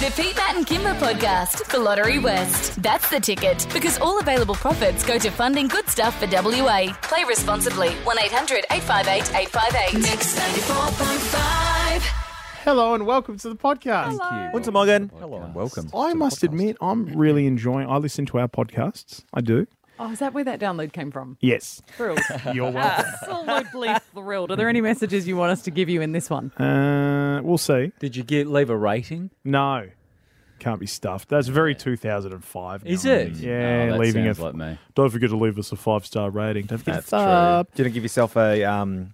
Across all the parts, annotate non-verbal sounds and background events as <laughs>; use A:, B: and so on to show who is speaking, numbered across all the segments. A: The Pete, Matt, and Kimber podcast for Lottery West. That's the ticket because all available profits go to funding good stuff for WA. Play responsibly. 1 800 858 858. Mix 94.5.
B: Hello and welcome to the podcast.
C: Once again,
D: Hello and welcome.
B: I must admit, I'm really enjoying. I listen to our podcasts. I do.
E: Oh, is that where that download came from?
B: Yes, <laughs>
E: Thrilled.
B: you're welcome.
E: Absolutely thrilled. Are there any messages you want us to give you in this one?
B: uh, we'll see.
D: Did you get leave a rating?
B: No, can't be stuffed. That's very 2005.
D: Is
B: now.
D: it?
B: Yeah,
D: Oh, that
B: leaving
D: sounds
B: a.
D: like me.
B: Don't forget to leave us a five star rating. Don't forget
D: That's
B: to
D: true.
B: sub.
C: didn't give yourself a. Um,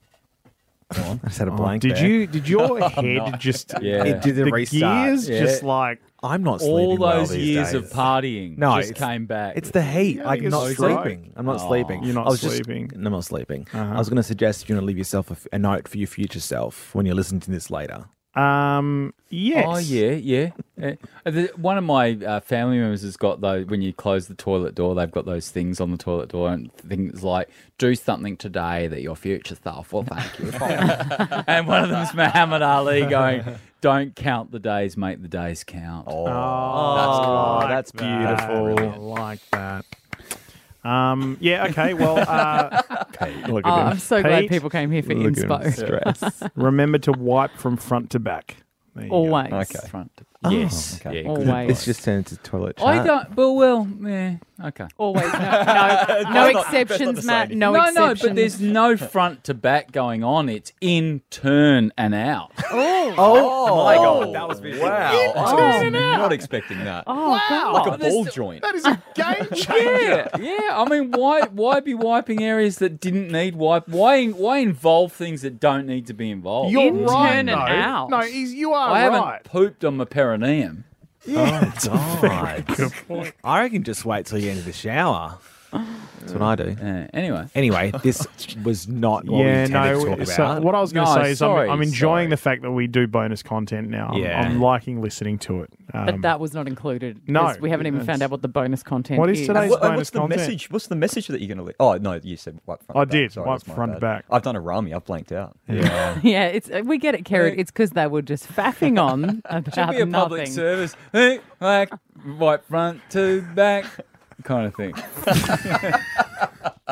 C: <laughs> I just had a blank.
B: Oh, Did
C: there.
B: you? Did your head just?
D: Yeah.
C: It did a
B: the
C: restart.
B: gears
D: Yeah.
B: just like
C: I'm not
D: All
C: sleeping well
D: those
C: these
D: years
C: days.
D: of partying
C: No,
D: just
C: it's-
D: came back.
C: It's the heat.
B: Yeah, I
C: I'm
B: think
C: not
B: it's
D: stroke.
C: sleeping. I'm not
D: Oh.
C: sleeping.
B: You're not
C: I was just-
B: sleeping.
C: no, I'm not sleeping. I was going to suggest you want to leave yourself a, f- a note for your future self when you're listening to this later.
B: um. Yes.
D: Oh yeah, yeah. Uh, the- One of my uh, family members has got those. When you close the toilet door, they've got those things on the toilet door and things like "Do something today that your future self will thank you for."
C: <laughs>
D: and one of them's Muhammad Ali going, "Don't count the days, make the days count."
B: Oh,
C: that's
B: I like that.
C: beautiful.
B: I like that. Um, yeah, okay. Well, uh,
C: Look
E: Oh,
C: at
E: I'm
C: him.
E: so glad
B: Pete,
E: people came here for
C: Look at him.
E: inspo.
B: <laughs>
C: Stress.
B: remember to wipe from front to back. There you go.
E: Always.
C: Okay. Oh,
D: Front. yes. Yeah,
C: okay.
D: good.
E: Always.
C: It's just turned into toilet.
D: I
C: chat.
D: don't. But well, yeah. Okay.
E: Always. No, no, no exceptions, Matt. No,
D: no,
E: exceptions.
D: no, but there's no front to back going on. It's in, turn, and <laughs> out.
C: Oh, my god, that was
B: Oh,
C: wow!
D: I was not expecting that.
E: Oh, God.
D: Like a ball joint.
B: That is a <laughs> game changer.
D: <laughs> Yeah, yeah. I mean, why, why be wiping areas that didn't need wipe? Why, why involve things that don't need to be involved?
B: You're
E: In
B: right.
E: turn and
B: though.
E: out.
B: No, he's, you are
D: I haven't
B: right.
D: pooped on my perineum.
C: God. I reckon just wait till you enter the shower. That's what I do.
D: Uh, anyway,
B: <laughs>
C: Anyway, this was not what
B: yeah,
C: we intended
B: no.
C: to talk
B: so
C: about.
B: what I was going to
D: No,
B: say is
D: sorry,
B: I'm, I'm enjoying
D: sorry.
B: the fact that we do bonus content now. I'm-
C: Yeah.
B: I'm, liking listening to it. Um,
E: But that was not included.
B: No,
E: 'cause We haven't even found out what the bonus content
B: What is today's
F: What-
B: bonus
F: what's the
B: content?
F: message? What's the message that you're going to leave? Oh no, you said what front
B: I
F: to back.
B: did,
F: Sorry,
B: what
F: that's my
B: front to
F: bad.
B: back.
F: I've done a Rami. I've blanked out.
E: <laughs> <laughs> yeah, it's uh, we get it, Kerrod. It's because they were just faffing on about
D: should be a
E: nothing.
D: public service. Hey, like wipe front to back, kind of <laughs> thing.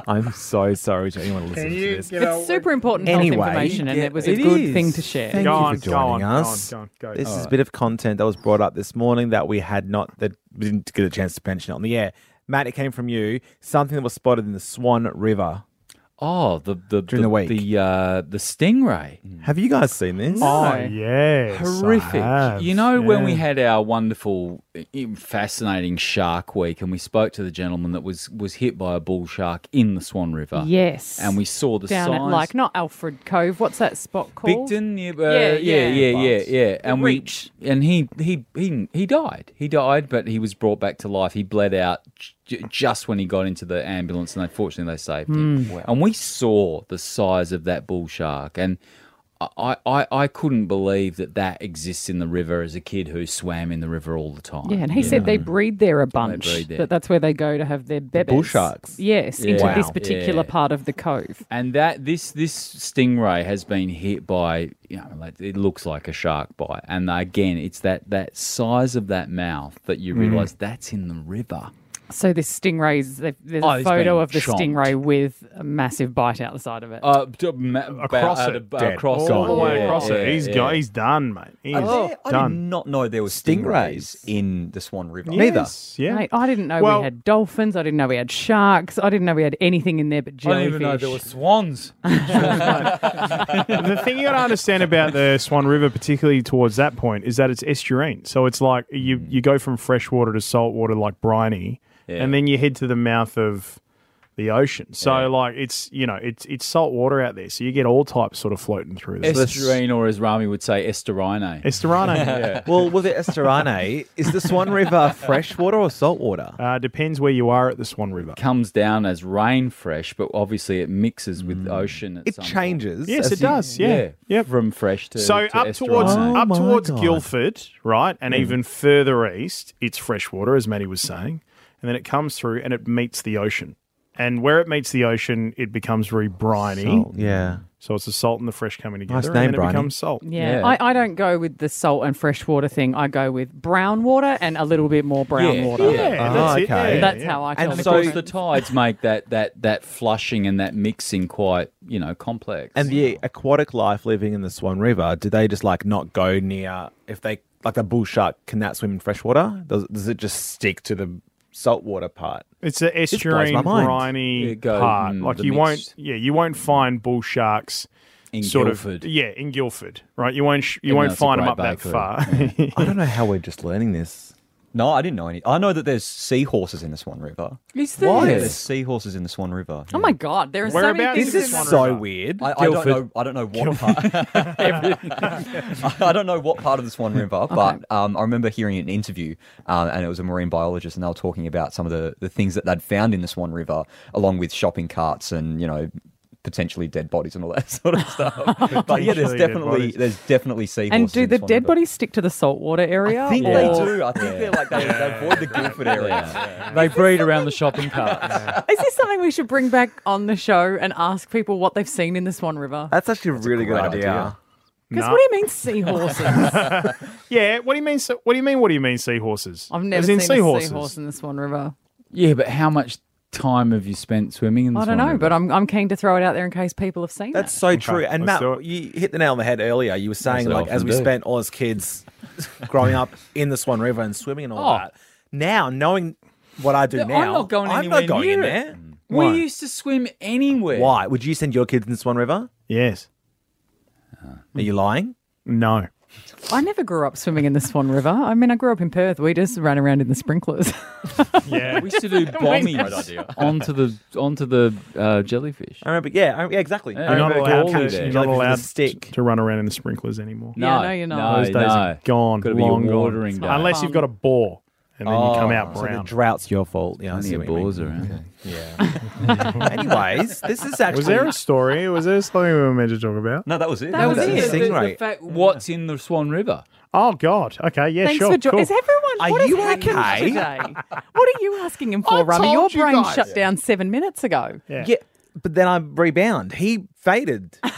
C: I'm so sorry to anyone listening to this.
E: It's super important health
C: Anyway,
E: information, and
C: yeah,
E: it was a
D: it
E: good
D: is.
E: thing to share.
C: Thank
B: Go
C: you
B: on,
C: for
B: go on,
C: joining
B: go on,
C: us.
B: go on, go.
C: This is a bit of content that was brought up this morning that we had not that we didn't get a chance to mention on the air. Matt, it came from you. Something that was spotted in the Swan River.
D: Oh, the the Mm.
C: During the week.
D: the uh, the stingray.
C: Have you guys seen this?
B: Hmm. Oh,
E: No.
B: yes. I
D: horrific.
B: have,
D: You know, when we
B: yeah.
D: had our wonderful, fascinating Shark Week, and we spoke to the gentleman that was was hit by a bull shark in the Swan River.
E: Yes.
D: and we saw the
E: down
D: signs.
E: at like not Alfred Cove. What's that spot called?
D: Bigden, yeah, uh,
E: Yeah,
D: yeah, yeah, yeah,
E: yeah.
D: yeah, And we and he he he he died. He died, but he was brought back to life. He bled out j- just when he got into the ambulance, and unfortunately they saved him.
E: Hmm.
D: And we saw the size of that bull shark, and I, I I couldn't believe that that exists in the river as a kid who swam in the river all the time.
E: Yeah, and he said they breed there a bunch.
D: breed there.
E: That that's where they go to have their bebés.
C: bull sharks?
E: Yes, into
D: Yeah.
E: this
D: Wow.
E: particular
D: Yeah.
E: part of the cove.
D: And that this this stingray has been hit by you know like it looks like a shark bite, and again it's that that size of that mouth that
B: Mm.
D: you realise that's in the river.
E: So this stingray's they've- there's
D: Oh,
E: a
D: it's
E: photo
D: been
E: of the
D: chomped.
E: stingray with a massive bite out the side of it.
D: Uh, to, ma-
B: Across
D: about-
B: it,
D: about
C: dead.
D: across
B: all
D: it,
B: the way
D: yeah,
B: across it. Oh,
D: yeah,
B: He's
D: yeah.
B: go- he's done, mate. He's
F: I, I did
B: done.
F: not know there were
C: Stingrays.
F: stingrays, in the Swan River.
C: Neither.
B: Yes, yeah.
E: Mate, I didn't know
B: Well-
E: we had dolphins. I didn't know we had sharks. I didn't know we had anything in there but
D: I didn't
E: jellyfish.
D: even know there were
B: <laughs>
D: swans.
B: the thing you got to understand about the Swan River, particularly towards that point, is that it's estuarine. So it's like you
D: Mm.
B: you go from freshwater to saltwater, like briny, and then you head to the mouth of the ocean. So like it's you know it's it's salt water out there, so you get all types sort of floating through there.
D: Estuarine, or as Rami would say, estuarine. <laughs>
B: Estuarine
C: Well, with the Estorane, is the
B: <laughs>
C: Swan River freshwater or saltwater?
B: uh, depends where you are at the Swan River.
D: comes down as rain fresh, but obviously it mixes with ocean. At
C: It
D: some
C: changes.
B: Mm. Yes,
C: as
B: it
C: you-
B: does. Yeah, yeah.
D: point. from fresh to
B: So
D: to Hmm.
B: up towards
D: estuarine.
B: up
C: Oh my
B: towards
C: God.
B: Guildford, right, and even further east, it's freshwater, as Maddie was saying, and then it comes through and it meets the ocean. And where it meets the ocean, it becomes very briny.
C: Yeah.
B: So it's the salt and the fresh coming together.
C: Nice
B: and
C: name,
B: then it
C: Bryony.
B: becomes salt.
E: Yeah,
D: Yeah.
E: I, I don't go with the salt and fresh water thing. I go with brown water and a little bit more brown
D: Yeah.
E: water.
B: Yeah,
C: Ah,
B: that's it,
C: okay.
B: yeah,
E: That's
B: yeah.
E: how I tell
D: And
E: the
D: of course,
E: difference.
D: the tides make that that that flushing and that mixing quite you know complex.
C: And the aquatic life living in the Swan River, do they just like not go near if they like the bull shark can that swim in freshwater? Does, does it just stick to the
F: <laughs>
C: saltwater part?
B: It's an estuarine,
C: blows my mind.
B: briny
D: Yeah, go,
B: part.
D: mm,
B: like
D: the
B: you
D: mixed.
B: won't, yeah, you won't find bull sharks.
D: In
B: sort
D: Guildford.
B: of, yeah, in Guildford, right? You won't, sh- you
D: Even though
B: won't
D: it's a
B: find them
D: great
B: up that
D: bakery.
B: far. <laughs>
C: I don't know how we're just learning this.
F: No, I didn't know any. I know that there's seahorses in the Swan River.
E: Is
D: Why?
F: Yeah,
E: there?
F: there's seahorses in the Swan River.
E: Oh
F: yeah.
E: my god, there are so many
B: Whereabouts
E: things.
B: is this
E: in
B: one?
E: there.
C: So
B: River.
C: weird.
F: I, I don't
D: Guildford.
F: know. I don't know what <laughs> part. I I don't know what part of the Swan River, but um, I remember hearing an interview, uh, and it was a marine biologist, and they were talking about some of the, the things that they'd found in the Swan River, along with shopping carts and you know potentially dead bodies and all that <laughs> sort of <laughs> stuff. but yeah, there's
B: Potentially dead
F: definitely
B: bodies.
F: there's definitely seahorses.
E: And do
F: in
E: the
F: Swan
E: dead
F: River.
E: bodies stick to the saltwater area?
F: I think
E: or-
F: they do. I think they're like they, they avoid the Guildford area.
D: they breed around the shopping carts.
E: Is this something we should bring back on the show and ask people what they've seen in the Swan River?
C: That's actually a really good
F: great
C: idea.
F: idea.
E: Because
B: Uh, Nah.
E: what do you mean seahorses?
B: <laughs> yeah, what do you mean? se- What do you mean? What do you mean seahorses?
E: I've never
B: As
E: seen
B: in
E: a seahorse in the Swan River.
D: <laughs> Yeah, but how much time have you spent swimming in the
E: I
D: Swan
E: don't know,
D: River?
E: but I'm, I'm keen to throw it out there in case people have seen
C: That's
E: it.
C: so true. And
B: let's do
C: Matt,
B: it.
C: you hit the nail on the head earlier. You were saying
D: what I
C: like as
D: often
C: we
D: do.
C: spent all as kids growing up in the Swan River and swimming and all
D: Oh.
C: that. Now knowing what I do
D: No, I'm
C: now,
D: not going
C: I'm
D: anywhere
C: not going
D: near
C: in
D: it.
C: there.
D: we
B: Why?
D: used to swim anywhere.
C: Why would you send your kids in the Swan River?
B: Yes.
C: Are you lying?
B: No.
E: I never grew up swimming in the Swan River. I mean, I grew up in Perth. We just ran around in the sprinklers.
B: <laughs> Yeah.
D: We used to <laughs> do bombings onto the onto the uh, jellyfish.
C: I remember. Yeah, I, yeah exactly.
D: Yeah.
C: I
B: You're not
C: remember
B: allowed,
D: catching
B: to,
D: it.
B: you're
C: Jellyfish
B: not
C: with a
B: allowed
C: stick.
B: to run around in the sprinklers anymore.
E: Yeah, no, you're not.
B: Those days
D: no.
B: are gone,
D: Gotta be a
B: long gone.
D: watering day.
B: Unless you've got a bore, and then you come out
C: Oh, So the
B: brown.
C: drought's your fault. Yeah, I
D: Plenty
C: see
D: of
C: what you mean.
D: boars around.
C: Anyways, this is
B: <laughs>
C: actually
B: was there a story? Was there something we were meant to talk about?
F: No, that was it.
E: That was
C: that's
E: it.
C: the thing,
D: the
C: right?
D: fact what's in the Swan River?
B: Oh God. Okay. Yeah.
E: Thanks
B: sure.
E: for joining.
B: cool.
E: Is everyone?
C: Are
E: what has
C: you
E: happened
C: okay?
E: today? What are you asking him for,
B: I
E: Rummy? Your
B: told you
E: brain
B: guys.
E: shut down seven minutes ago.
B: yeah.
C: Yeah, but then I rebound. He faded.
B: <laughs>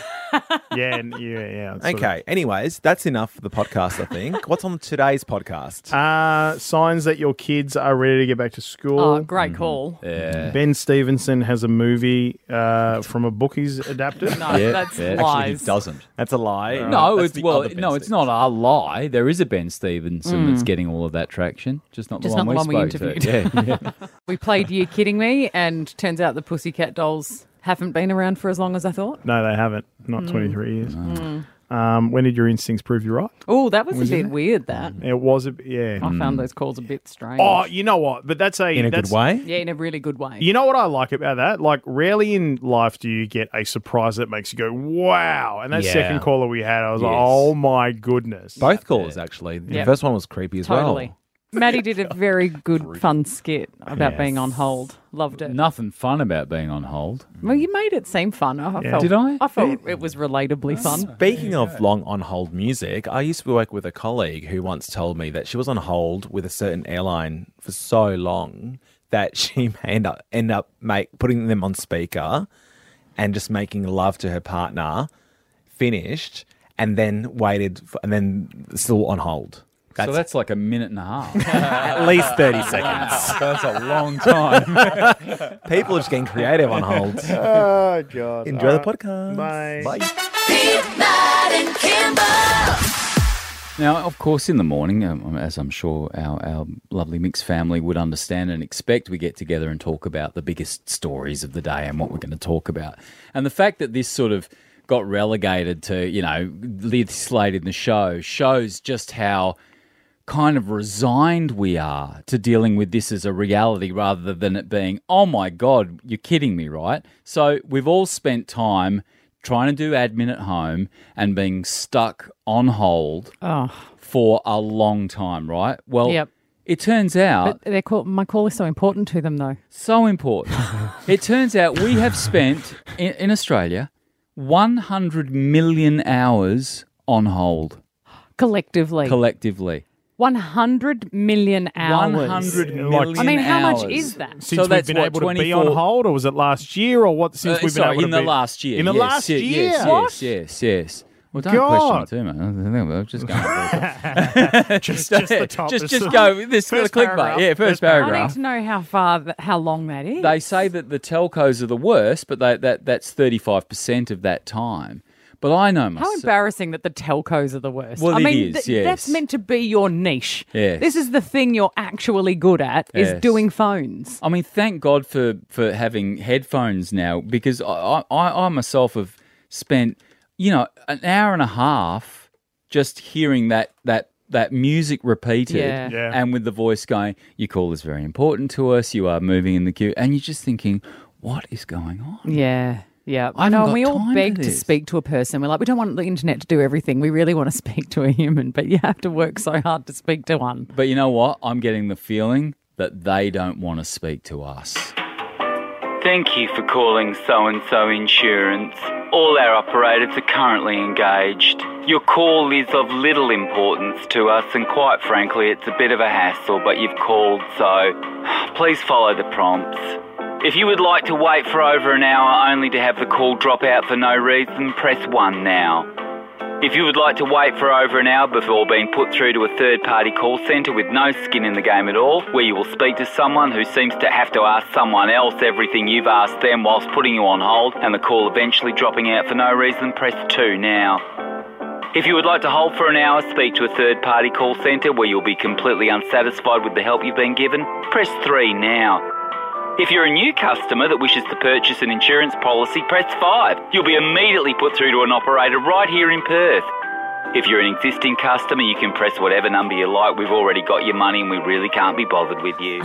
B: Yeah. n- Yeah. yeah it's <laughs> sort of-
C: Okay. Anyways, that's enough for the podcast.
B: <laughs>
C: I think. What's on today's podcast?
B: Uh, signs that your kids are ready to get back to school.
E: Oh,
B: mm-hmm.
E: great call.
D: Yeah.
B: Ben Stevenson has a movie uh, from a book he's
E: <laughs>
B: adapted.
E: No,
D: Yeah,
E: that's
F: Actually,
D: yeah. Actually, he
F: he
E: lies.
F: doesn't.
C: That's a lie.
D: No,
C: That's
D: it's
C: the
D: well,
C: other Ben
D: no, it's
C: Stevens.
D: not a lie. There is a Ben Stevenson that's getting all of that traction, just not the
E: Mm. Just
D: one,
E: not the
D: we
E: one we
D: spoke
E: interviewed.
D: To. Yeah,
E: We played You Kidding Me, and turns out the Pussycat Dolls haven't been around for as long as I thought.
B: No, they haven't. Not
D: Mm.
B: 23 years. Um, when did your instincts prove you right?
E: Oh, that was a bit weird, that.
B: It was a yeah.
E: I found those calls a bit strange.
B: Oh, you know what? But that's a
C: Oh. in a
B: that's,
C: good way.
E: Yeah, in a really good way.
B: You know what I like about that? Like, rarely in life do you get a surprise that makes you go, "Wow!" And that
D: Yeah.
B: second caller we had, I was like,
D: Yes.
B: "Oh my goodness!"
C: Both calls actually.
E: Yeah.
C: The first one was creepy as
E: totally.
C: well.
E: Maddie did a very good, fun skit about being on hold. Loved it.
D: nothing fun about being on hold.
E: Well, you made it seem fun. I felt,
D: Did I?
E: I felt it was relatably fun.
C: Speaking of long on hold music, I used to work with a colleague who once told me that she was on hold with a certain airline for so long that <laughs> she may end up end up make putting them on speaker and just making love to her partner, finished, and then waited for, and then still on hold. That's,
D: so that's like a minute and a <laughs> half.
C: at least
D: <laughs>
C: thirty seconds.
D: so that's a long time. <laughs>
C: People are just getting creative on hold.
B: Oh god!
C: Enjoy the podcast.
B: Bye.
A: Big Matt and Kimber.
D: now, of course, in the morning, um, as I'm sure our, our lovely mixed family would understand and expect, we get together and talk about the biggest stories of the day and what we're going to talk about. And the fact that this sort of got relegated to, you know, this late in the show shows just how kind of resigned we are to dealing with this as a reality rather than it being, oh my God, you're kidding me, right? So we've all spent time trying to do admin at home and being stuck on hold for a long time, right? Well,
E: Yep.
D: it turns out
E: But they're call, my call is so important to them, though.
D: so
E: <laughs>
D: important. it turns out we have spent in, in Australia 100 million hours on hold
E: Collectively.
D: collectively.
E: 100 million hours.
D: 100
B: Like-
D: million
E: I mean, how much
D: hours.
E: is that?
B: Since we've
D: that's
B: been
D: what,
B: able to be
D: 24
B: on hold, or was it last year, or what?
D: Uh,
B: Since we've
D: sorry,
B: been able
D: in
B: to
D: the
B: be-
D: last year.
B: in the
D: yes,
B: last
D: yes,
B: year,
D: Yes,
B: What?
D: yes, yes, yes. Well, don't
B: God.
D: question it too much. I think we're just going.
B: <laughs> just, just the top,
D: <laughs> just,
B: It's
D: just
B: the- <laughs>
D: go. This
B: First
D: clickbait.
B: paragraph.
D: Yeah, first
B: First paragraph.
E: I
D: paragraph.
E: need to know how far, th- how long that is.
D: They say that the telcos are the worst, but they, that that's thirty five percent of that time. But I know myself.
E: how embarrassing that the telcos are the worst.
D: Well,
E: I
D: it
E: mean,
D: is,
E: that's
D: yes.
E: meant to be your niche.
D: Yes.
E: This is the thing you're actually good at is
D: Yes.
E: doing phones.
D: I mean, thank God for for having headphones now because I I, I myself have spent you know an hour and a half just hearing that that that music repeated
E: Yeah.
B: Yeah.
D: and with the voice going your call is very important to us you are moving in the queue and you're just thinking what is going on
E: Yeah. Yeah,
D: I
E: I know.
D: haven't
E: And we
D: got
E: all
D: time
E: beg
D: for
E: to
D: this.
E: speak to a person. We're like, we don't want the internet to do everything. We really want to <laughs> speak to a human, but you have to work so hard to speak to one.
D: but you know what i'm getting the feeling that they don't want to speak to us Thank you for calling So and So Insurance. All our operators are currently engaged. Your call is of little importance to us, and quite frankly, it's a bit of a hassle, but you've called, so please follow the prompts. If you would like to wait for over an hour only to have the call drop out for no reason, press 1 now. If you would like to wait for over an hour before being put through to a third party call centre with no skin in the game at all, where you will speak to someone who seems to have to ask someone else everything you've asked them whilst putting you on hold and the call eventually dropping out for no reason, press 2 now. If you would like to hold for an hour, speak to a third party call centre where you'll be completely unsatisfied with the help you've been given, press 3 now. If you're a new customer that wishes to purchase an insurance policy, press 5. You'll be immediately put through to an operator right here in Perth. If you're an existing customer, you can press whatever number you like. We've already got your money and we really can't be bothered with you.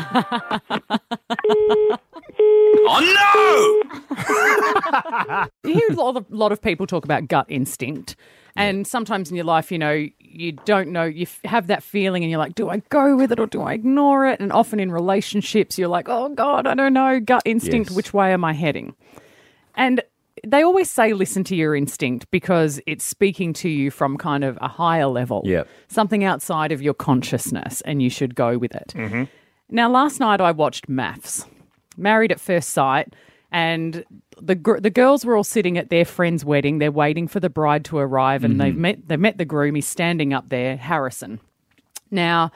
D: oh no!
E: you hear a lot of, lot of people talk about gut instinct. And sometimes in your life, you know, you don't know, you f- have that feeling and you're like, do I go with it or do I ignore it? And often in relationships, you're like, oh God, I don't know, gut instinct,
D: Yes.
E: which way am I heading? And they always say listen to your instinct because it's speaking to you from kind of a higher level,
D: Yep.
E: something outside of your consciousness, and you should go with it. Now, last night I watched Maths, Married at First Sight, and the gr- the girls were all sitting at their friend's wedding. They're waiting for the bride to arrive, and they've met they have met the groom. He's standing up there, Harrison. Now,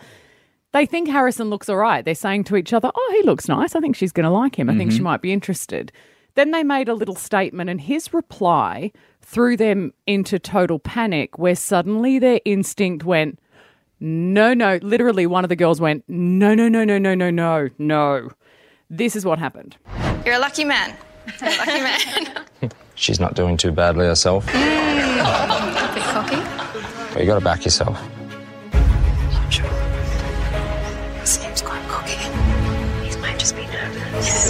E: they think Harrison looks all right. They're saying to each other, "Oh, he looks nice. I think she's going to like him. I think she might be interested." Then they made a little statement, and his reply threw them into total panic, where suddenly their instinct went, no, no. Literally, one of the girls went, no, no, no, no, no, no, no, no. This is what happened.
G: You're a lucky man. You're a lucky man.
H: She's not doing too badly herself.
G: Bit cocky.
H: But you got to back yourself.
G: Seems quite cocky. He might just be nervous.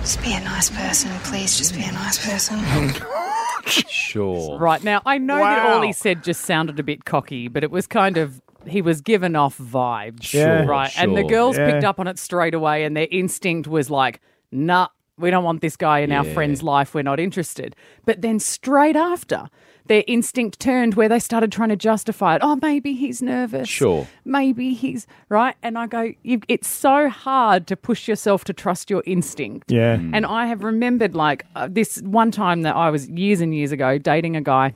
G: Just be a nice person, please. Just be a nice person.
D: Sure.
E: Right now, I know that all
B: Wow.
E: he said just sounded a bit cocky, but it was kind of he was given off vibes,
B: Yeah.
E: right? And the
D: sure.
E: girls
B: Yeah.
E: picked up on it straight away, and their instinct was like, "Nah, we don't want this guy in our friend's life. We're not interested." But then straight after. Their instinct turned where they started trying to justify it. Oh, maybe he's nervous.
D: Sure.
E: Maybe he's right. And I go, you, it's so hard to push yourself to trust your instinct.
B: Yeah.
D: Mm.
E: And I have remembered like uh, this one time that I was years and years ago dating a guy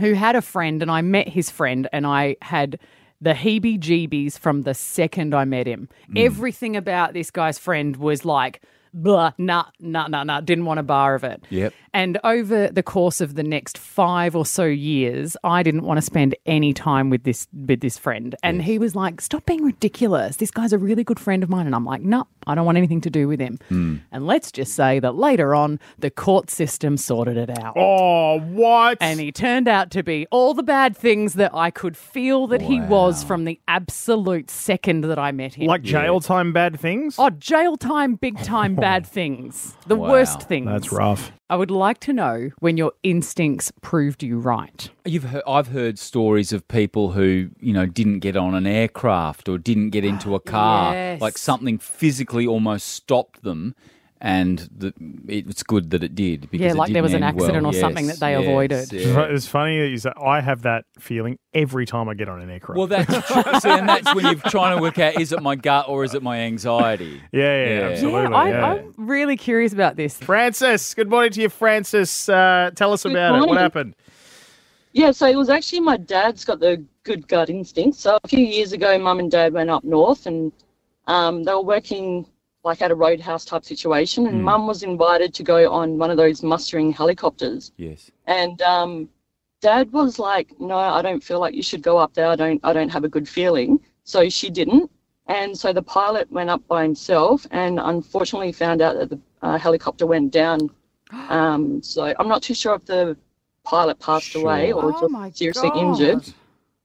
E: who had a friend, and I met his friend, and I had the heebie jeebies from the second I met him. Everything about this guy's friend was like, blah, nah, nah, nah, nah, didn't want a bar of it.
D: Yep.
E: And over the course of the next five or so years, I didn't want to spend any time with this with this friend. And he was like, "Stop being ridiculous. This guy's a really good friend of mine." And I'm like, "No, I don't want anything to do with him." And let's just say that later on, the court system sorted it out.
B: Oh, what?
E: And he turned out to be all the bad things that I could feel that he was from the absolute second that I met him.
B: like jail time bad things?
E: oh, jail time, big
B: <laughs>
E: time bad things. The worst things.
B: That's rough.
E: I would like to know when your instincts proved you right.
D: You've heard, I've heard stories of people who you know didn't get on an aircraft or didn't get into a car,
E: Ah, Yes.
D: like something physically almost stopped them, and the, it's good that it did because
E: Yeah,
D: it
E: like there
D: didn't
E: was an
D: end well.
E: accident or something that they avoided.
D: yeah.
B: It's funny that you say I have that feeling every time I get on an aircraft.
D: Well, that's true. See, and that's when you're trying to work out is it my gut or is it my anxiety?
B: yeah, yeah,
D: Yeah.
B: absolutely.
E: I,
B: yeah.
E: I'm really curious about this.
B: Francis, good morning to you, Francis. Uh, tell us
I: Good
B: about it. What
I: morning.
B: happened?
I: Yeah, so it was actually my dad's got the good gut instinct. So a few years ago, mum and dad went up north and um, they were working like at a roadhouse type situation. And mum was invited to go on one of those mustering helicopters.
D: Yes.
I: And um, dad was like, "No, I don't feel like you should go up there. I don't, I don't have a good feeling." So she didn't. And so the pilot went up by himself, and unfortunately found out that the uh, helicopter went
E: <gasps>
I: down. Um, so I'm not too sure if the pilot passed away or
E: Oh my
I: just seriously
E: God.
I: injured.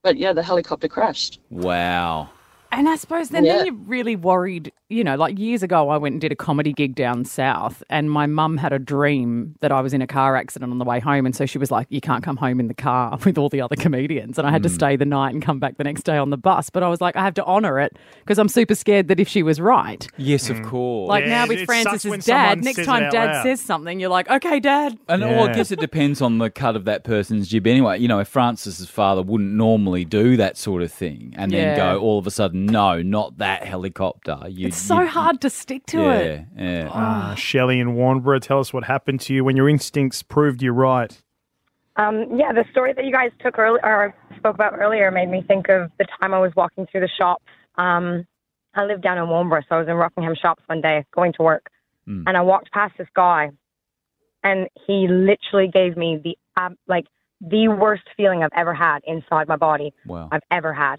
I: But yeah, the helicopter crashed.
D: Wow.
E: And I suppose then,
I: Yeah.
E: then you're really worried. You know, like years ago, I went and did a comedy gig down south, and my mum had a dream that I was in a car accident on the way home. And so she was like, You can't come home in the car <laughs> with all the other comedians. And I had to stay the night and come back the next day on the bus. But I was like, I have to honour it because I'm super scared that if she was right,
D: Yes, of course.
E: like
B: Yeah,
E: now
B: it- it
E: with
B: sucks when
E: Francis's
B: someone
E: dad, next
B: says it
E: time
B: out
E: dad
B: loud.
E: says something, you're like, Okay, dad.
D: And well,
B: Yeah.
D: I guess it depends on the cut of that person's jib anyway. You know, if Francis's father wouldn't normally do that sort of thing and then
E: Yeah.
D: go all of a sudden, no, not that helicopter. You,
E: It's so
D: you-
E: hard to stick to
D: yeah,
E: it. Oh,
D: Yeah.
B: Uh, Shelley and Warnborough, tell us what happened to you when your instincts proved you right.
J: Um, yeah, the story that you guys took earlier or spoke about earlier made me think of the time I was walking through the shops. Um, I live down in Woomera, so I was in Rockingham shops one day going to work, and I walked past this guy, and he literally gave me the ab- like the worst feeling I've ever had inside my body
D: Wow.
J: I've ever had,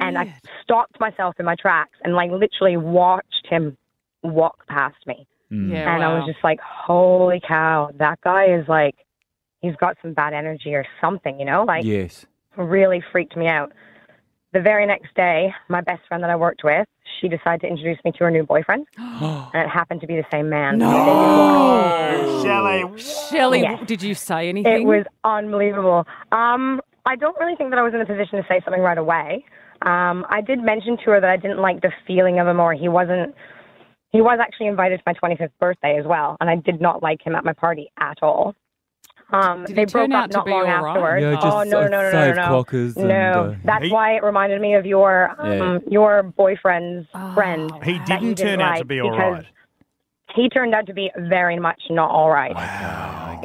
J: and I stopped myself in my tracks and like literally watched him walk past me.
D: Mm. Hmm.
E: Yeah,
J: And I
E: wow.
J: was just like, holy cow, that guy is like, he's got some bad energy or something, you know? Like,
D: yes.
J: really freaked me out. The very next day, my best friend that I worked with, she decided to introduce me to her new boyfriend. and it happened to be the same man.
B: Shelley,
E: Shelley,
J: Yeah.
E: did you say anything?
J: It was unbelievable. Um, I don't really think that I was in a position to say something right away. Um, I did mention to her that I didn't like the feeling of him, or he wasn't. He was actually invited to my 25th birthday as well, and I did not like him at my party at all. Um,
E: Did
J: they
E: he
J: broke
E: turn
J: up
E: out to
J: not
E: be
J: long
E: all right?
J: afterwards.
E: Yeah,
J: oh
D: just,
J: no,
D: uh,
J: no, no, no, no,
D: five
J: no!
D: cockers and,
J: no,
D: uh,
J: that's
B: He-
J: why it reminded me of your um,
D: Yeah.
J: your boyfriend's
E: Oh.
J: friend.
B: he
J: that you
B: didn't turn out to
J: like
B: be all
J: because
B: right.
J: He turned out to be very much not all right.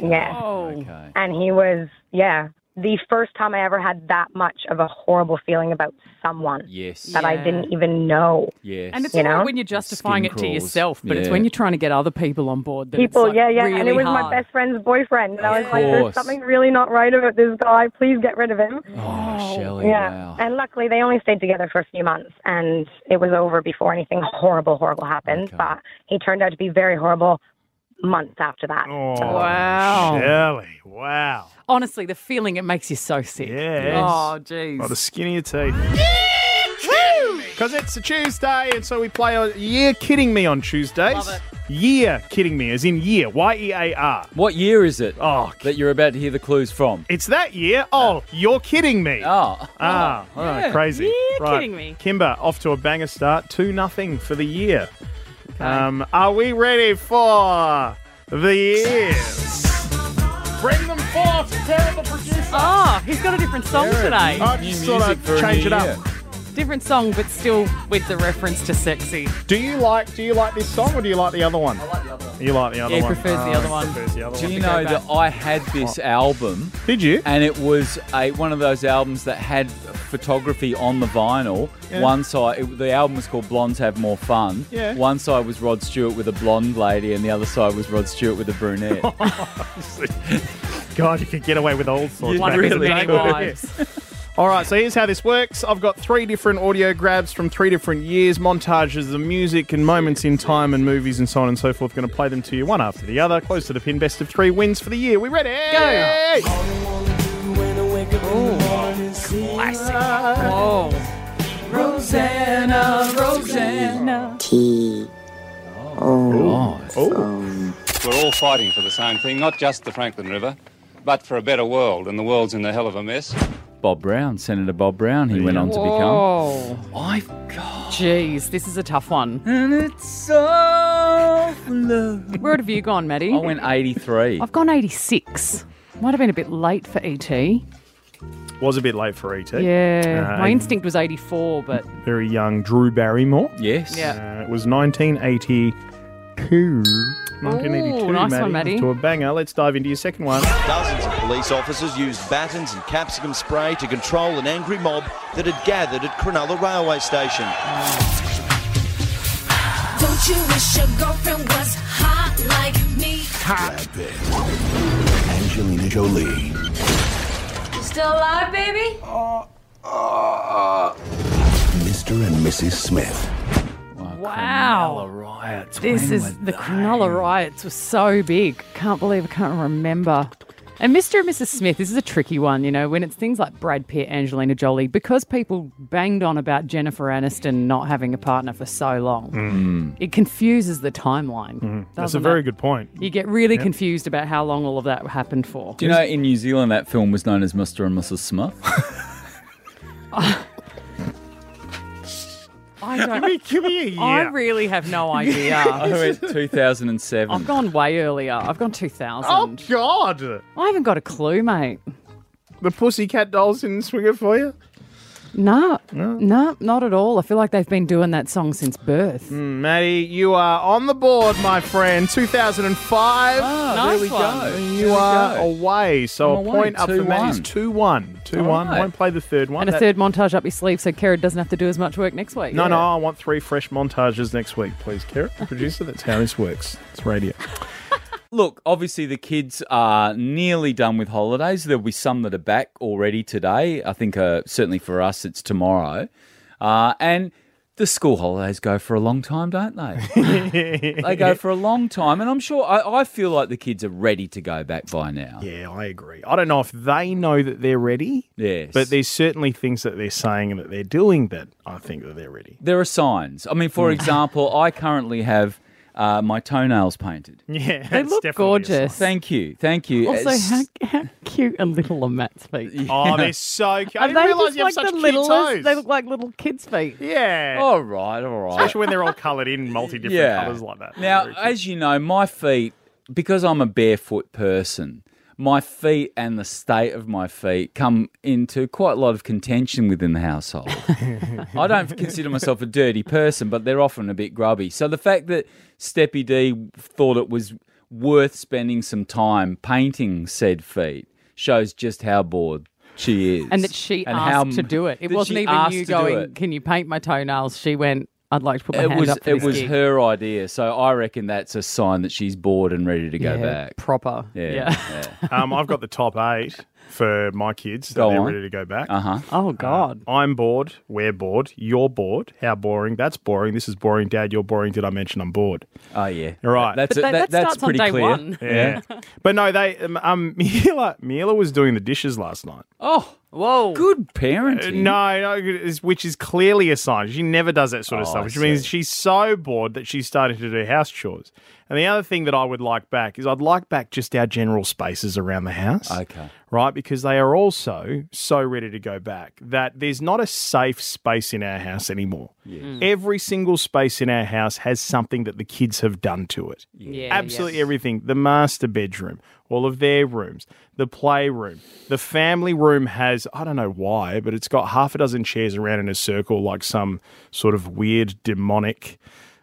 J: Yeah
E: Oh.
D: Okay.
J: and he was yeah the first time i ever had that much of a horrible feeling about someone
D: Yes.
J: that i
E: Yeah.
J: didn't even know
D: yes.
E: And it's
J: You
E: all right
J: know?
E: when you're justifying it to
D: crawls.
E: yourself, but it's
D: Yeah.
E: when you're trying to get other people on board. That
J: people
E: it's like
J: yeah yeah and
E: really
J: it was
E: hard.
J: my best friend's boyfriend and i
D: Of
J: was like there's
D: course.
J: something really not right about this guy please get rid of him
D: oh, Shelley.
J: yeah
D: Wow.
J: and luckily they only stayed together for a few months and it was over before anything horrible horrible happened but he turned out to be very horrible months after that
B: Oh,
E: Wow.
B: Shelley, wow.
E: Honestly, the feeling it makes you so sick.
B: Yes.
E: Oh, jeez.
B: Oh, the skin of your teeth. Because it's a Tuesday, and so we play a year kidding me on Tuesdays. Year kidding me, as in year, Y E A R.
D: What year is it
B: Oh,
D: that you're about to hear the clues from?
B: it's that year. Oh, you're kidding me.
D: Oh.
B: Ah, all right, crazy.
E: You're
B: Right.
E: kidding me.
B: Kimber off to a banger start, two nothing for the year. Um, are we ready for the years? Bring them forth, terrible producer.
E: Oh, he's got a different song today.
D: Uh,
B: I just thought I'd
D: for a
B: change
D: new
B: it up.
D: year.
E: Different song, but still with the reference to sexy.
B: Do you like Do you like this song or do you like the other one? I like the other one. You like the other
E: Yeah, he
B: one.
E: prefers the
B: Ah,
E: other
B: he
E: one.
B: Prefers the other
D: Do
B: one.
D: you know
E: go
D: that I had this album
B: Did
D: <laughs>
B: you? <laughs>
D: and it was a one of those albums that had photography on the vinyl. One side, it, the album was called Blondes Have More Fun.
B: Yeah.
D: One side was Rod Stewart with a blonde lady, and the other side was Rod Stewart with a
K: <laughs>
D: brunette.
B: God, you could get away with all sorts.
D: You
B: back in
D: really
B: the day,
D: <laughs>
E: Many
D: could.
B: couldn't you?
E: wives.
B: All right, so here's how this works. I've got three different audio grabs from three different years, montages of music and moments in time and movies and so on and so forth. Going to play them to you one after the other, close to the pin. Best of three wins for the year. We ready? Go!
E: Oh.
K: We're all fighting for the same thing, not just the Franklin River, but for a better world, and the world's in a hell of a mess.
D: Bob Brown, Senator Bob Brown, he went on to become.
E: Oh.
D: I've got
E: Jeez, this is a tough one.
D: it so
E: Where have you gone, Maddie?
D: I went 83.
E: I've gone 86. Might have been a bit late for E ET.
B: Was a bit late for ET.
E: Yeah.
B: Uh,
E: My instinct was 84, but
B: very young Drew Barrymore.
D: Yes.
E: Yeah.
B: Uh, it was 1982. 1982,
E: Ooh, nice one, Maddie.
B: To a banger. Let's dive into your second one.
L: Dozens of police officers used batons and capsicum spray to control an angry mob that had gathered at Cronulla railway station.
G: Don't you wish your girlfriend was hot like me?
M: Angelina Jolie.
G: Still alive, baby?
M: Mr. and Mrs. Smith.
E: wow. This is the Cronulla riots were so big. Can't believe I can't remember. And Mr. and Mrs. Smith, this is a tricky one, you know, when it's things like Brad Pitt, Angelina Jolie, because people banged on about Jennifer Aniston not having a partner for so long, it confuses the timeline.
B: Mm-hmm. That's a
E: doesn't
B: very
E: it?
B: good point.
E: You get really
B: Yeah.
E: confused about how long all of that happened for.
D: Do you know in New Zealand that film was known as Mr. and Mrs. Smith?
B: <laughs>
E: I don't.
B: year.
E: I really
B: <laughs>
E: have no
D: I
E: idea.
D: went 2007.
E: I've gone way earlier. I've gone 2000.
B: Oh, God.
E: I haven't got a clue, mate.
B: The Pussycat Dolls didn't swing it for you?
E: No, no, not at all. I feel like they've been doing that song since birth.
B: Mm, Maddie, you are on the board, my friend. 2005.
E: Oh, nice
B: there we
E: one.
B: go.
E: There
B: You
E: we
B: are
E: go.
B: away. So
E: I'm
B: a
E: away,
B: point up for Maddie's
E: 2-1.
B: 2 1. 2 1.
E: All right.
B: Won't play the third one.
E: And a
B: That-
E: third montage up your sleeve so Kara doesn't have to do as much work next week.
B: No, no, I want three fresh montages next week, please, Kara. Producer, that's how this works. It's radio.
D: Look, obviously the kids are nearly done with holidays. There'll be some that are back already today. I think uh, certainly for us, it's tomorrow. Uh, and the school holidays go for a long time, don't they? they go for a long time. And I'm sure, I, I feel like the kids are ready to go back by now.
B: Yeah, I agree. I don't know if they know that they're ready,
D: Yes.
B: but there's certainly things that they're saying and that they're doing that I think that they're ready.
D: there are signs. I mean,
E: Mm.
D: for example, I currently have uh, my toenails painted.
B: Yeah,
E: They look gorgeous.
D: Thank you. Thank you.
E: Also,
D: It's-
E: how, how cute and little are Matt's feet.
B: Oh, they're so cute. I
E: Are
B: didn't
E: they
B: realise
E: just
B: you have
E: like
B: such
E: the
B: cute
E: littlest?
B: toes.
E: They look like little kids' feet.
B: yeah.
D: all right, all right.
B: Especially when they're all coloured in multi different colours like that.
D: Now,
B: Very cute.
D: as you know, my feet, because I'm a barefoot person, my feet and the state of my feet come into quite a lot of contention within the
E: <laughs>
D: household. I don't consider myself a dirty person, but they're often a bit grubby. So the fact that Steppy D thought it was worth spending some time painting said feet shows just how bored she is.
E: And that she
D: And
E: asked
D: how-
E: to do it. It
D: that
E: wasn't
D: she
E: even
D: asked
E: you
D: to do
E: going,
D: it.
E: can you paint my toenails? She went, I'd like to put my
D: It
E: hand
D: was
E: up for
D: it
E: this
D: was
E: gig."
D: her idea, so I reckon that's a sign that she's bored and ready to go
E: Yeah,
D: back.
E: Proper.
D: Yeah. yeah.
B: um, I've got the top eight for my kids.
D: Go
B: so they're
D: on.
B: ready to go back.
D: Uh-huh.
E: <laughs> Oh, God.
B: I'm bored. We're bored. You're bored. How boring. That's boring. This is boring. Dad, you're boring. Did I mention I'm bored?
D: Oh
B: <laughs>
D: yeah.
B: All right.
D: That's
E: But
D: it.
E: that-
D: that,
E: that
D: that's
E: starts on
D: pretty
E: day
D: clear.
E: one.
B: yeah. but no, they um, um <laughs> Miela Miela was doing the dishes last night.
D: Oh,
E: Whoa.
D: good
B: Uh,
D: parenting.
B: No, no, it's- which is clearly a sign. She never does that sort of
D: Oh,
B: stuff,
D: I
B: which means
D: see.
B: she's so bored that she's starting to do house chores. And the other thing that I would like back is I'd like back just our general spaces around the house.
D: Okay.
B: Right? Because they are also so ready to go back that there's not a safe space in our house anymore. Every single space in our house has something that the kids have done to it.
E: Yeah,
B: Absolutely
E: yes.
B: everything. The master bedroom, all of their rooms, the playroom, the family room has, I don't know why, but it's got half a dozen chairs around in a circle like some sort of weird demonic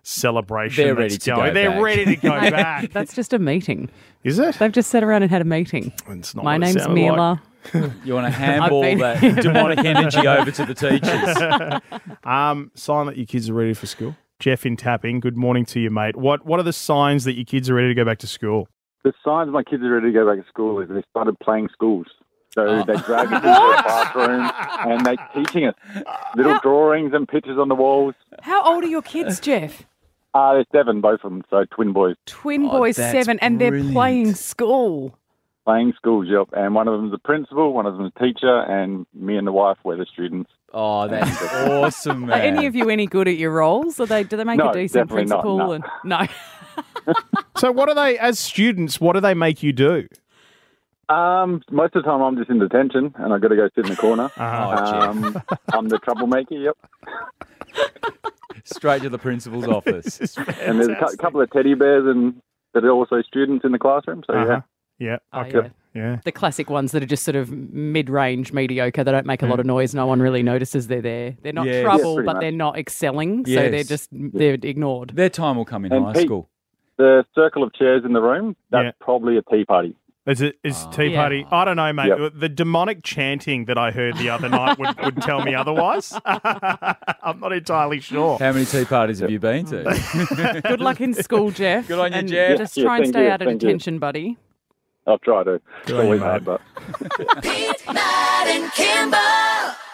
B: celebration.
D: They're ready
B: that's
D: to go
B: going- They're
D: back.
B: ready
D: <laughs>
B: to go back.
E: That's just a meeting.
B: Is it?
E: They've just sat around and had a meeting.
B: It's not
E: My
B: what it
E: name's
B: sounded
E: Mila.
B: like.
D: You want to handball
E: been-
B: <laughs>
D: that demonic energy over to the teachers?
B: Um, sign that your kids are ready for school. Jeff in tapping. Good morning to you, mate. What What are the signs that your kids are ready to go back to school?
N: the signs my kids are ready to go back to school is they started playing schools. So
B: Ah.
N: they
B: <laughs>
N: dragged us into the classroom and they're teaching us little drawings and pictures on the walls.
E: How old are your kids, Jeff?
N: Ah, they're seven, both of them, so twin boys
E: Twin
D: Oh,
E: boys,
D: that's
E: seven, and they're
D: brilliant.
E: playing school.
N: playing schools. Yep, and one of them's a principal, one of them's a teacher, and me and the wife were the students.
D: Oh, that's awesome,
E: Are
D: man.
E: any of you any good at your roles? Are they? Do they make
N: No,
E: a decent
N: definitely not,
E: principal?
N: no.
E: And <laughs> no,
B: So, what are they as students? What do they make you do?
N: Um, most of the time I'm just in detention and I got to go sit in the corner.
D: Oh, Jeff.
N: Um, I'm the troublemaker. Yep.
D: Straight to the
E: <laughs>
D: principal's office.
N: and there's a cou- couple of teddy bears and that are also students in the classroom. So
B: Uh-huh.
N: yeah,
B: Yeah.
E: Oh,
B: I
E: yeah.
B: could- yeah.
E: The classic ones that are just sort of mid-range, mediocre. They don't make a lot of noise. No one really notices they're there. They're not
D: Yes. Yeah,
E: trouble,
D: pretty
E: but
D: much.
E: they're not excelling. So they're
D: Yes.
E: just they're ignored.
D: <laughs> Their time will come in
N: And
D: high
N: Pete-
D: school.
N: the circle of chairs in the room. That's probably a tea party.
B: Is it is Tea
N: Yeah.
B: Party? I don't know, mate.
N: Ah. Yep.
B: The demonic chanting that I heard the other night would, would tell me otherwise. <laughs> I'm not entirely sure.
D: How many tea parties have you been
E: <laughs>
D: to?
E: Good luck in school, Jeff.
D: Good on you,
E: and
D: Jeff.
E: Just
N: Yeah,
E: try and
N: thank
E: stay
N: you,
E: out of
N: thank you.
E: detention, buddy.
N: I've tried to. It's
B: Good on you,
N: always
B: mate.
N: hard, but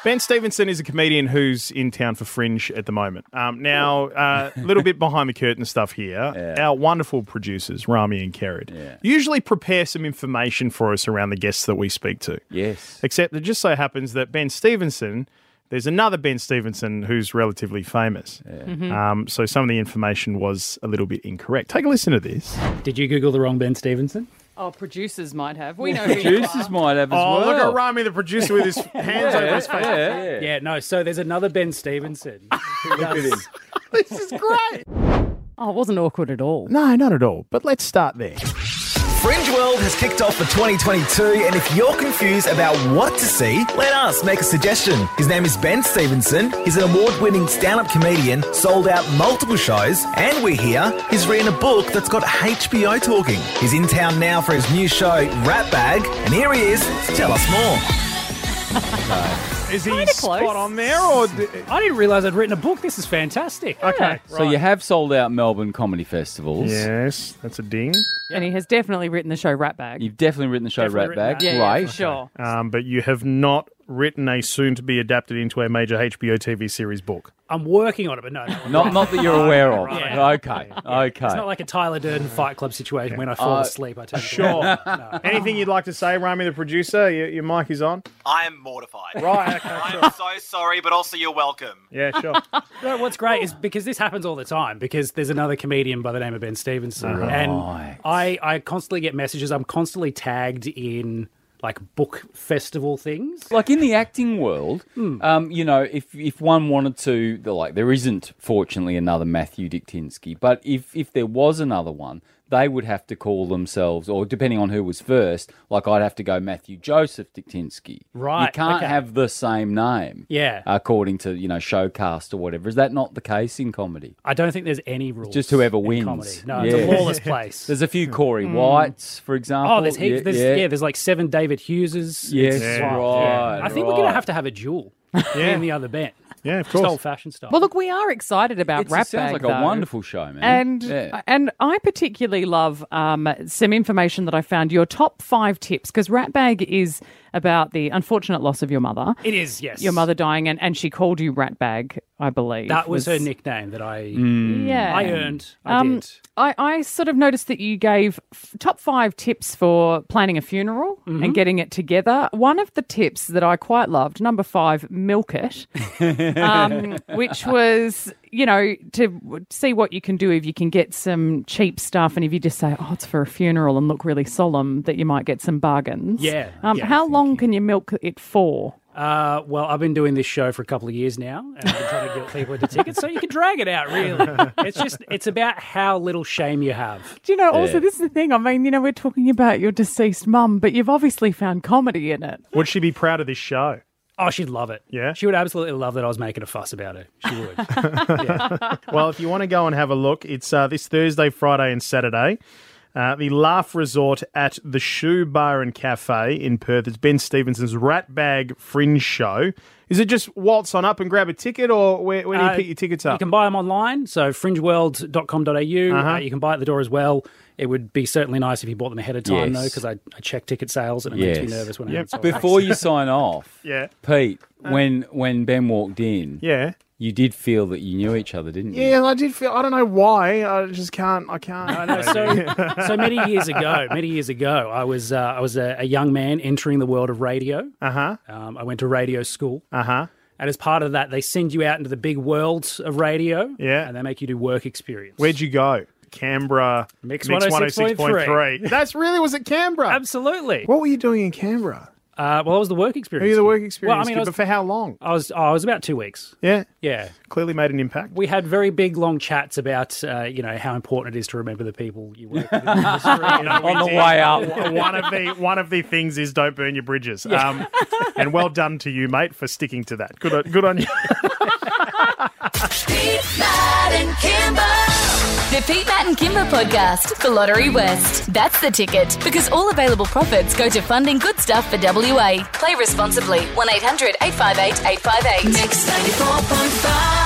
B: Ben Stevenson is a comedian who's in town for Fringe at the moment. Um, now, a little bit behind the curtain stuff here. Our wonderful producers, Rami and Kerrod, usually prepare some information for us around the guests that we speak to.
D: Yes.
B: Except it just so happens that Ben Stevenson, there's another Ben Stevenson who's relatively famous.
O: Mhm.
B: Um, so some of the information was a little bit incorrect. Take a listen to this.
O: Did you Google the wrong Ben Stevenson?
E: Oh, producers might have. We know who you
D: Producers
E: are.
D: might have as
B: Oh,
D: well.
B: look at Rami, the producer, with his hands over his face.
O: yeah. no. So there's another Ben
E: <laughs>
O: Stevenson.
B: this is great.
E: Oh, it wasn't awkward at all.
B: No, not at all. But let's start there.
P: Fringe World has kicked off for 2022, and if you're confused about what to see, let us make a suggestion. His name is Ben Stevenson. He's an award winning stand up comedian, sold out multiple shows, and we're here. He's written a book that's got HBO talking. He's in town now for his new show, Rat Bag, and here he is to tell us more.
B: Is he
O: Kinda
B: spot
O: close.
B: on there, or
O: I didn't realise I'd written a book. This is fantastic.
B: Okay.
D: So you have sold out Melbourne comedy festivals.
B: Yes, that's a ding.
E: And he has definitely written the show Rat Bag.
D: You've definitely written the show
E: Definitely
D: Rat Bag,
E: written that. Yeah, yeah,
D: right?
E: for sure.
B: Um, but you have not written a soon to be adapted into a major HBO TV series book.
O: I'm working on it, but no. no,
D: Not, not that you're aware of.
O: <laughs> Right.
D: Okay, okay.
O: It's not like a Tyler Durden Fight Club situation when I fall
D: Uh,
O: asleep. I take <laughs>
B: Sure. Anything you'd like to say, Rami, the producer? Your, your mic is on.
P: I am mortified.
B: Right,
P: I'm so sorry, but also you're welcome.
B: Yeah, sure.
O: no, what's great is because this happens all the time because there's another comedian by the name of Ben Stevenson.
P: Right.
O: And I, I constantly get messages. I'm constantly tagged in like book festival things.
D: Like in the acting world,
O: Hmm.
D: um, you know, if if one wanted to, they're like there isn't fortunately another Matthew Diktinsky, but if if there was another one, they would have to call themselves, or depending on who was first, like I'd have to go Matthew Joseph Diktinsky. you
O: Right,
D: can't
O: okay.
D: have the same name.
O: Yeah.
D: according to you know showcast or whatever. Is that not the case in comedy?
O: I don't think there's any rules.
D: Just whoever
O: in
D: wins.
O: comedy. No, it's a lawless
D: <laughs>
O: place.
D: There's a few Corey
O: Mm.
D: Whites, for example.
O: Oh, there's heaps. there's, yeah. there's like seven David Hugheses.
D: Yes,
O: It's
D: Yeah.
O: wild.
D: right,
O: I think we're gonna
D: right.
O: have to have a duel. Yeah. in the other bent.
B: Yeah, of
O: Just old fashioned stuff.
E: Well, look, we are excited about
O: It's- it
E: Rat
O: sounds like
E: Bag,
O: a
E: though.
O: wonderful show, man.
E: And
O: Yeah.
E: and I particularly love um, some information that I found. Your top five tips, because Rat Bag is about the unfortunate loss of your mother.
O: It is, yes.
E: Your mother dying, and, and she called you Rat Bag, I believe.
O: that was her nickname that I
E: Yeah.
O: I earned. I
E: um,
O: did.
E: I, I sort of noticed that you gave f- top five tips for planning a funeral and getting it together. One of the tips that I quite loved, number five, milk <laughs> it, um, which was, you know, to w- see what you can do if you can get some cheap stuff and if you just say, oh, it's for a funeral and look really solemn, that you might get some bargains.
O: Yeah,
E: Um,
O: yeah,
E: how long can you milk it for?
O: Uh, well, I've been doing this show for a couple of years now, and I've been trying to guilt people into tickets. So you can drag it out, really. It's just it's about how little shame you have.
E: Do you know, also, this is the thing. I mean, you know, we're talking about your deceased mum, but you've obviously found comedy in it.
B: Would she be proud of this show?
O: Oh, she'd love it. Yeah, she would absolutely love that I was making a fuss about her. She would.
B: well, if you want to go and have a look, it's uh, this Thursday, Friday, and Saturday. Uh, the Laugh Resort at the Shoe Bar and Cafe in Perth. It's Ben Stevenson's Rat Bag Fringe Show. Is it just waltz on up and grab a ticket, or where, where do you
O: Uh,
B: pick your tickets up?
O: You can buy them online, so fringeworld.com.au.
B: Uh-huh.
O: Uh, you can buy at the door as well. It would be certainly nice if you bought them ahead of time,
D: Yes.
O: though, because I, I check ticket sales and it makes me nervous when I haven't sold
D: Before
O: tickets.
D: you sign off,
B: <laughs> Yeah.
D: Pete,
B: Uh,
D: when when Ben walked in,
B: yeah,
D: you did feel that you knew each other, didn't you?
B: Yeah, I did feel. I don't know why. I just can't. I can't.
O: I know. Uh, So, so many years ago, many years ago, I was uh, I was a, a young man entering the world of radio. Uh
B: Uh-huh,
O: huh. Um, I went to radio school.
B: Uh huh.
O: And as part of that, they send you out into the big world of radio.
B: Yeah.
O: And they make you do work experience.
B: Where'd you go? Canberra. Mix, oh
O: Mix 106.3.
B: That's really was it Canberra?
O: Absolutely.
B: What were you doing in Canberra?
O: Uh, well, it was the work experience.
B: the
O: gig.
B: work experience
O: Well, I mean,
B: gig, but for how long?
O: I was oh, I was about two weeks.
B: Yeah.
O: Yeah.
B: Clearly made an impact.
O: We had very big, long chats about uh, you know how important it is to remember the people you work with.
B: <laughs> On
O: the way up.
B: <laughs> one of the one of the things is don't burn your bridges. Um, and well done to you, mate, for sticking to that. Good, on- good on you.
A: Pete, Matt, and Kimber. The Pete, Matt, and Kimber podcast for Lottery West. That's the ticket because all available profits go to funding good stuff for WA. Play responsibly. 1 800 858 858. Mix 94.5.